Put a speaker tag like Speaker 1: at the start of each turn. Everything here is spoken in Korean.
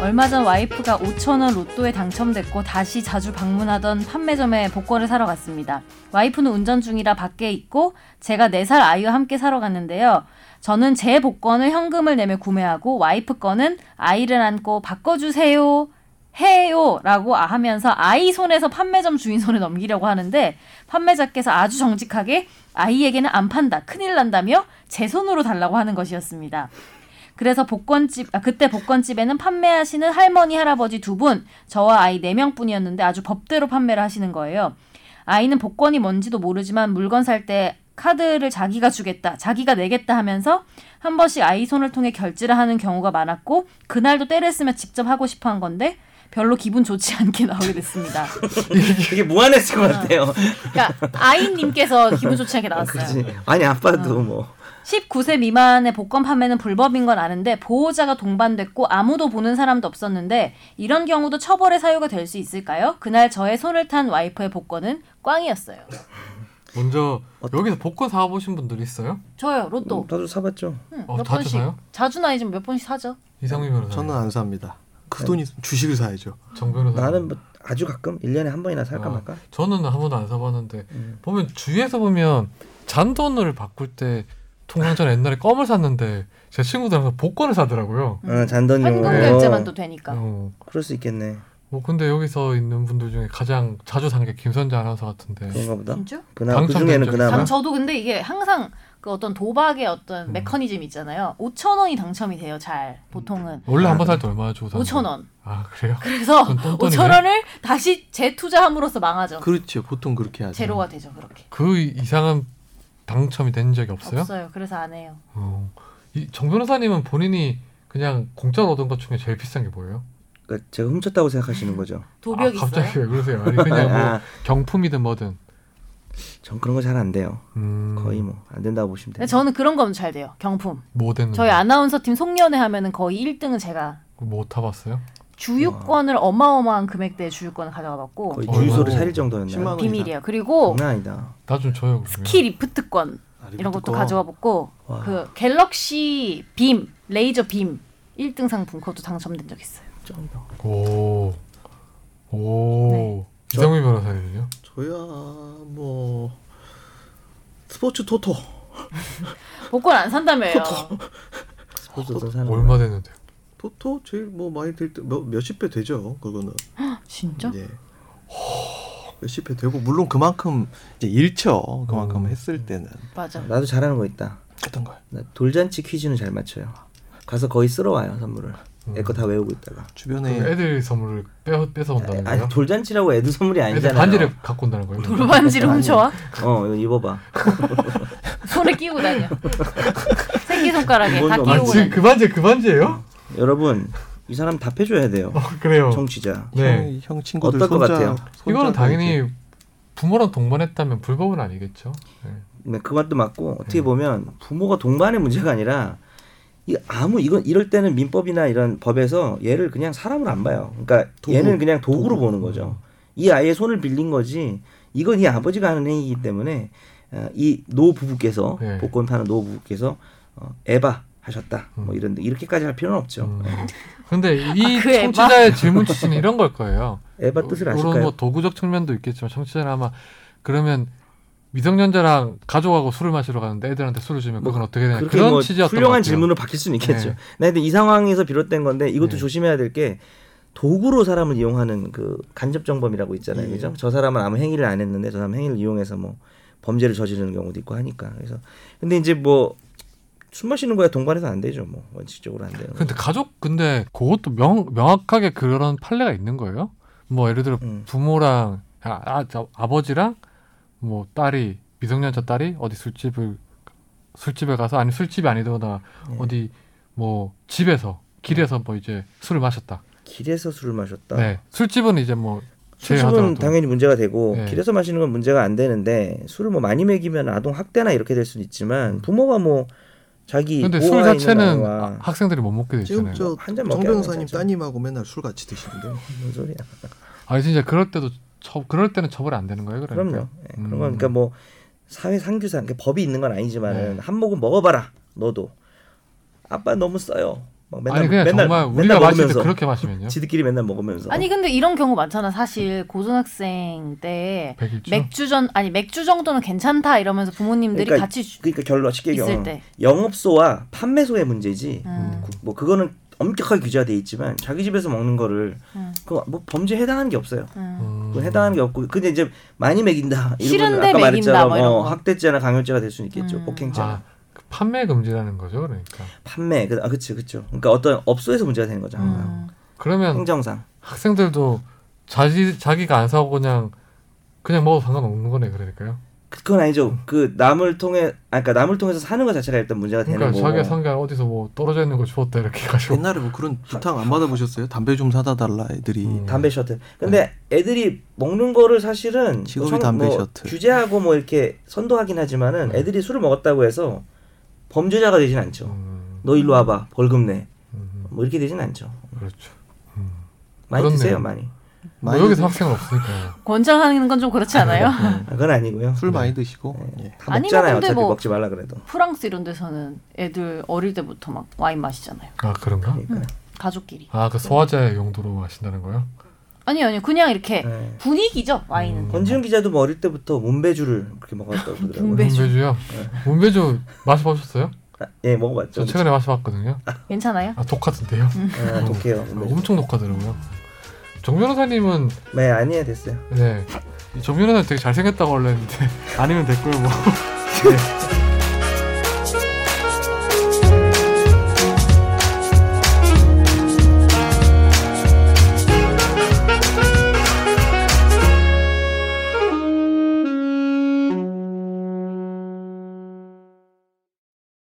Speaker 1: 얼마 전 와이프가 5천원 로또에 당첨됐고 다시 자주 방문하던 판매점에 복권을 사러 갔습니다. 와이프는 운전 중이라 밖에 있고 제가 4살 아이와 함께 사러 갔는데요. 저는 제 복권을 현금을 내며 구매하고 와이프 거는 아이를 안고 바꿔주세요. 해요! 라고 하면서 아이 손에서 판매점 주인 손에 넘기려고 하는데 판매자께서 아주 정직하게 아이에게는 안 판다. 큰일 난다며 제 손으로 달라고 하는 것이었습니다. 그래서 복권집 아, 그때 복권집에는 판매하시는 할머니 할아버지 두 분 저와 아이 네 명뿐이었는데 아주 법대로 판매를 하시는 거예요. 아이는 복권이 뭔지도 모르지만 물건 살 때 카드를 자기가 주겠다, 자기가 내겠다 하면서 한 번씩 아이 손을 통해 결제를 하는 경우가 많았고 그날도 때를 쓰면 직접 하고 싶어 한 건데 별로 기분 좋지 않게 나오게 됐습니다.
Speaker 2: 되게 무한했을 것 같아요.
Speaker 1: 그러니까 아이님께서 기분 좋지 않게 나왔어요.
Speaker 2: 그치? 아니 아빠도 뭐
Speaker 1: 19세 미만의 복권 판매는 불법인 건 아는데 보호자가 동반됐고 아무도 보는 사람도 없었는데 이런 경우도 처벌의 사유가 될 수 있을까요? 그날 저의 손을 탄 와이프의 복권은 꽝이었어요.
Speaker 3: 먼저 여기서 복권 사보신 분들 있어요?
Speaker 1: 저요 로또
Speaker 2: 나도 사봤죠.
Speaker 1: 응,
Speaker 3: 음. 어,
Speaker 1: 몇
Speaker 3: 자주
Speaker 1: 번씩
Speaker 3: 사요?
Speaker 1: 자주 나이 좀몇 번씩 사죠.
Speaker 3: 이상민 변호사.
Speaker 4: 저는 안 삽니다. 그 돈이 주식을 사야죠.
Speaker 3: 정 변호사.
Speaker 2: 나는 뭐 아주 가끔 1년에 한 번이나 살까
Speaker 3: 아.
Speaker 2: 말까.
Speaker 3: 저는 한 번도 안 사봤는데
Speaker 2: 음.
Speaker 3: 보면 주위에서 보면 잔돈을 바꿀 때 통상전 옛날에 껌을 샀는데 제 친구들 항상 복권을 사더라고요.
Speaker 1: 음.
Speaker 2: 어, 잔돈
Speaker 1: 현금
Speaker 2: 용으로.
Speaker 1: 결제만도 되니까.
Speaker 3: 어,
Speaker 2: 그럴 수 있겠네.
Speaker 3: 뭐 근데 여기서 있는 분들 중에 가장 자주 산 게 김선재 아나운서 같은데
Speaker 2: 그런가 보다.
Speaker 1: 진짜?
Speaker 2: 그나 그
Speaker 3: 당첨된
Speaker 2: 중에는
Speaker 3: 적
Speaker 2: 그나마
Speaker 1: 당 저도 근데 이게 항상 그 어떤 도박의
Speaker 3: 음.
Speaker 1: 어떤 메커니즘 있잖아요. 5천 원이 당첨이 돼요. 잘 보통은
Speaker 3: 원래 한 번 살 때 얼마나 주고 사는
Speaker 1: 5천 원.
Speaker 3: 아 그래요?
Speaker 1: 그래서
Speaker 3: 음. 그건 똥돈이네.
Speaker 1: 5천 원을 다시 재투자함으로써 망하죠.
Speaker 4: 그렇죠. 보통 그렇게 하죠.
Speaker 1: 제로가 되죠 그렇게.
Speaker 3: 그 이상은 당첨이 된 적이 없어요?
Speaker 1: 없어요. 그래서 안 해요.
Speaker 3: 어. 이정 변호사님은 본인이 그냥 공짜로 얻은 것 중에 제일 비싼 게 뭐예요?
Speaker 2: 그러니까 제가 훔쳤다고 생각하시는 거죠.
Speaker 1: 도벽
Speaker 3: 아,
Speaker 1: 있어요.
Speaker 3: 갑자기 왜 그러세요? 아니 그냥 뭐
Speaker 2: 아,
Speaker 3: 경품이든 뭐든.
Speaker 2: 전 그런 거 잘 안 돼요.
Speaker 3: 음,
Speaker 2: 거의 뭐 안 된다고 보시면 돼요.
Speaker 1: 근데 네, 저는 그런 거면 잘 돼요. 경품.
Speaker 3: 뭐 됐는데.
Speaker 1: 저희 아나운서 팀 송년회 하면은 거의 1등은 제가
Speaker 3: 뭐 타봤어요?
Speaker 1: 주유권을 어마어마한 금액대의 주유권을 가져가 봤고
Speaker 2: 거의
Speaker 3: 어,
Speaker 2: 주유소를
Speaker 3: 어.
Speaker 2: 차릴 정도였나요?
Speaker 4: 10만 원이다.
Speaker 1: 비밀이에요. 그리고
Speaker 2: 장난 아니다.
Speaker 3: 나 좀 줘요. 그러면.
Speaker 1: 스키 리프트권
Speaker 4: 아,
Speaker 1: 이런 것도
Speaker 4: 그거.
Speaker 1: 가져와 봤고
Speaker 2: 와.
Speaker 1: 그 갤럭시 빔 레이저 빔 1등 상품 그것도 당첨된 적 있어요.
Speaker 2: 쩐다.
Speaker 3: 오. 오.
Speaker 1: 네.
Speaker 3: 이정민 변호사님은요?
Speaker 4: 저야 뭐 스포츠 토토
Speaker 1: 복권 안 산다며요.
Speaker 2: 소주도 사는 거.
Speaker 3: 얼마 됐는데요?
Speaker 4: 토토 제일 뭐 많이 들때몇 몇십 배 되죠. 그거는
Speaker 1: 진짜?
Speaker 4: 예. 몇십 배 되고 물론 그만큼 이제 일처 그만큼
Speaker 3: 음.
Speaker 4: 했을 때는
Speaker 1: 맞아.
Speaker 2: 나도 잘하는 거 있다.
Speaker 4: 어떤 걸
Speaker 2: 나 돌잔치 퀴즈는 잘 맞춰요. 가서 거의 쓸어 와요 선물을. 애 거 다 외우고 있다가.
Speaker 4: 주변에
Speaker 3: 그럼 애들 선물을 빼, 뺏어 온다는
Speaker 2: 네. 아니
Speaker 3: 거예요?
Speaker 2: 돌잔치라고 애들 선물이
Speaker 3: 애들
Speaker 2: 아니잖아요.
Speaker 3: 반지를 갖고 온다는 거예요?
Speaker 1: 돌반지를 훔쳐와
Speaker 2: 어 이거 입어봐.
Speaker 1: 손에 끼고 다녀. 새끼 손가락에 다
Speaker 4: 이건
Speaker 3: 아,
Speaker 1: 끼우고
Speaker 3: 지금
Speaker 1: 다녀.
Speaker 3: 그 반지 그 반지예요?
Speaker 2: 여러분 이 사람 답해줘야 돼요.
Speaker 3: 어, 그래요.
Speaker 2: 음. 정치자.
Speaker 3: 네.
Speaker 4: 형, 형 친구들
Speaker 2: 어떨 것
Speaker 4: 손자-
Speaker 2: 같아요?
Speaker 4: 손자가
Speaker 3: 이거는
Speaker 4: 이제
Speaker 3: 당연히 부모랑 동반했다면 불법은 아니겠죠? 네.
Speaker 2: 네, 그것도 맞고 어떻게 보면 부모가 동반의 문제가 아니라 이 아무 이건 이럴 때는 민법이나 이런 법에서 얘를 그냥 사람을 안 봐요. 그러니까
Speaker 4: 도구.
Speaker 2: 얘는 그냥 도구로
Speaker 4: 도구.
Speaker 2: 보는 거죠. 이 아이의 손을 빌린 거지. 이건 이 아버지가 하는 행위이기 때문에 어, 이 노 부부께서
Speaker 3: 네.
Speaker 2: 복권 파는 노 부부께서 어, 에바 하셨다. 뭐 이런 이렇게까지 할 필요는 없죠. 네.
Speaker 3: 음. 근데 이
Speaker 1: 아, 그 애마?
Speaker 3: 청취자의 질문 취지는 이런 걸 거예요.
Speaker 2: 에바 뜻을
Speaker 3: 물론
Speaker 2: 아실까요?
Speaker 3: 뭐 도구적 측면도 있겠지만 청취자는 아마 그러면 미성년자랑 가족하고 술을 마시러 가는데 애들한테 술을 주면 그건 어떻게 되냐
Speaker 2: 그렇게
Speaker 3: 네, 그런
Speaker 2: 뭐
Speaker 3: 취지였던 것
Speaker 2: 훌륭한
Speaker 3: 같아요.
Speaker 2: 질문으로 바뀔 수는 있겠죠.
Speaker 3: 네.
Speaker 2: 네. 근데 이 상황에서 비롯된 건데 이것도
Speaker 3: 네.
Speaker 2: 조심해야 될 게 도구로 사람을 이용하는 그 간접정범이라고 있잖아요,
Speaker 4: 예.
Speaker 2: 그죠? 저 사람은 아무 행위를 안 했는데 저 사람 행위를 이용해서 뭐 범죄를 저지르는 경우도 있고 하니까 그래서 근데 이제 뭐 숨 마시는 거야 동반해서 안 되죠, 뭐 원칙적으로 안 돼요.
Speaker 3: 근데 가족 근데 그것도 명, 명확하게 그런 판례가 있는 거예요. 뭐 예를 들어
Speaker 2: 음.
Speaker 3: 부모랑 아, 아, 저 아버지랑 뭐 딸이 미성년자 딸이 어디 술집을 술집에 가서 아니 술집이 아니더라
Speaker 2: 네.
Speaker 3: 어디 뭐 집에서
Speaker 2: 음.
Speaker 3: 길에서 뭐 이제 술을 마셨다.
Speaker 2: 길에서 술을 마셨다.
Speaker 3: 네 술집은 이제 뭐
Speaker 2: 아. 술집은
Speaker 3: 제외하더라도
Speaker 2: 당연히 문제가 되고
Speaker 3: 네.
Speaker 2: 길에서 마시는 건 문제가 안 되는데 술을 뭐 많이 먹이면 아동 학대나 이렇게 될 수는 있지만 부모가 뭐 자기
Speaker 3: 근데 술
Speaker 2: 보호하는
Speaker 3: 자체는 아,
Speaker 2: 아이와
Speaker 3: 학생들이 못 먹게 돼
Speaker 4: 지금
Speaker 3: 있잖아요.
Speaker 2: 한잔
Speaker 4: 저정
Speaker 2: 먹게
Speaker 4: 변호사님
Speaker 2: 하면 되죠.
Speaker 4: 따님하고 맨날 술 같이 드시는데
Speaker 2: 뭔 소리야?
Speaker 3: 아니 진짜 그럴 때도 처, 그럴 때는 처벌이 안 되는 거예요. 그러니까.
Speaker 2: 그럼요. 예, 그런 건
Speaker 3: 음.
Speaker 2: 그러니까 뭐 사회 상규상 그러니까 법이 있는 건 아니지만은
Speaker 3: 네.
Speaker 2: 한 모금 먹어봐라 너도 아빠 너무 써요 막
Speaker 3: 아니 그냥 정말 우리가 마실 때 그렇게 마시면요.
Speaker 2: 지들끼리 맨날 먹으면서
Speaker 1: 아니 근데 이런 경우 많잖아. 사실 고등학생 때
Speaker 3: 백일주.
Speaker 1: 맥주 전 아니 맥주 정도는 괜찮다 이러면서 부모님들이
Speaker 2: 그러니까
Speaker 1: 같이 주-
Speaker 2: 그러니까 결론 쉽게
Speaker 1: 있을
Speaker 2: 얘기하면
Speaker 1: 때.
Speaker 2: 영업소와 판매소의 문제지
Speaker 1: 음.
Speaker 2: 구- 뭐 그거는 엄격하게 규제돼 있지만 자기 집에서 먹는 거를
Speaker 1: 음.
Speaker 2: 그뭐 범죄 에 해당하는 게 없어요.
Speaker 1: 음.
Speaker 3: 음.
Speaker 2: 그건 해당하는 게 없고 근데 이제 많이 먹인다. 이런
Speaker 1: 싫은데
Speaker 2: 거는 아까
Speaker 1: 먹인다,
Speaker 2: 말했잖아.
Speaker 1: 뭐 이런
Speaker 2: 어,
Speaker 1: 거.
Speaker 2: 학대죄나 강요죄가 될 수는 있겠죠.
Speaker 1: 음.
Speaker 2: 폭행죄.
Speaker 3: 아, 그 판매 금지라는 거죠, 그러니까.
Speaker 2: 판매. 그, 아 그치 그쵸. 그러니까 어떤 아. 업소에서 문제가 되는 거죠. 항상.
Speaker 1: 음.
Speaker 3: 그러면
Speaker 2: 행정상.
Speaker 3: 학생들도 자기 자기가 안 사고 그냥 그냥 먹어도 상관없는 거네, 그러니까요.
Speaker 2: 그- 그건 아니죠. 그 남을 통해 아 그러니까 남을 통해서 사는 것 자체가 일단 문제가 되는
Speaker 3: 그러니까 자기가
Speaker 2: 거고.
Speaker 3: 산 게 아니라 어디서 뭐 떨어져 있는 거 주웠다 이렇게 가지고.
Speaker 4: 옛날에 뭐 그런 부탁 안 받아보셨어요? 담배 좀 사다 달라 애들이.
Speaker 3: 음.
Speaker 2: 담배 셔틀. 근데 애들이 먹는 거를 사실은
Speaker 4: 직업이
Speaker 2: 뭐
Speaker 4: 담배
Speaker 2: 뭐
Speaker 4: 셔틀.
Speaker 2: 규제하고 뭐 이렇게 선도하긴 하지만은
Speaker 3: 네.
Speaker 2: 애들이 술을 먹었다고 해서 범죄자가 되진 않죠.
Speaker 3: 음,
Speaker 2: 너 일로 와봐 벌금 내.
Speaker 3: 음,
Speaker 2: 뭐 이렇게 되진 않죠.
Speaker 3: 그렇죠. 음.
Speaker 2: 많이
Speaker 3: 그렇네요.
Speaker 2: 드세요 많이.
Speaker 3: 뭐
Speaker 4: 많이
Speaker 3: 여기서
Speaker 4: 드세요.
Speaker 3: 학생은 음. 없으니까.
Speaker 1: 권장하는 건 좀 그렇지 않아요?
Speaker 2: 아, 그건 아니고요.
Speaker 4: 술 많이 드시고. 예.
Speaker 2: 다
Speaker 1: 아니면
Speaker 2: 먹잖아요.
Speaker 1: 근데
Speaker 2: 어차피
Speaker 1: 뭐-
Speaker 2: 먹지 말라 그래도.
Speaker 1: 프랑스 이런 데서는 애들 어릴 때부터 막 와인 마시잖아요.
Speaker 3: 아 그런가?
Speaker 2: 그러니까.
Speaker 1: 가족끼리.
Speaker 3: 아 그 소화제 용도로 마신다는 거요?
Speaker 1: 아니 아니 그냥 이렇게
Speaker 3: 음?
Speaker 2: 네.
Speaker 1: 분위기죠 와인은.
Speaker 2: 권지훈 기자도 뭐 어릴 때부터 문배주를 그렇게 먹었다고 그러더라고요.
Speaker 1: 문배- 문배주.
Speaker 3: 문배주요? 문배주 마셔보셨어요?
Speaker 2: 아, 예,
Speaker 3: 저
Speaker 2: 먹어봤죠.
Speaker 3: 최근에 마셔봤거든요.
Speaker 1: 괜찮아요?
Speaker 3: 아 독같은데요? 음,
Speaker 2: 아, 독해요. 문배주.
Speaker 3: 엄청 독하더라고요. 정 변호사님은
Speaker 2: 네, 아니에요, 됐어요.
Speaker 3: 네. 이정 변호사님 되게 잘생겼다고 원래 했는데 아니면 댓글 뭐. 네.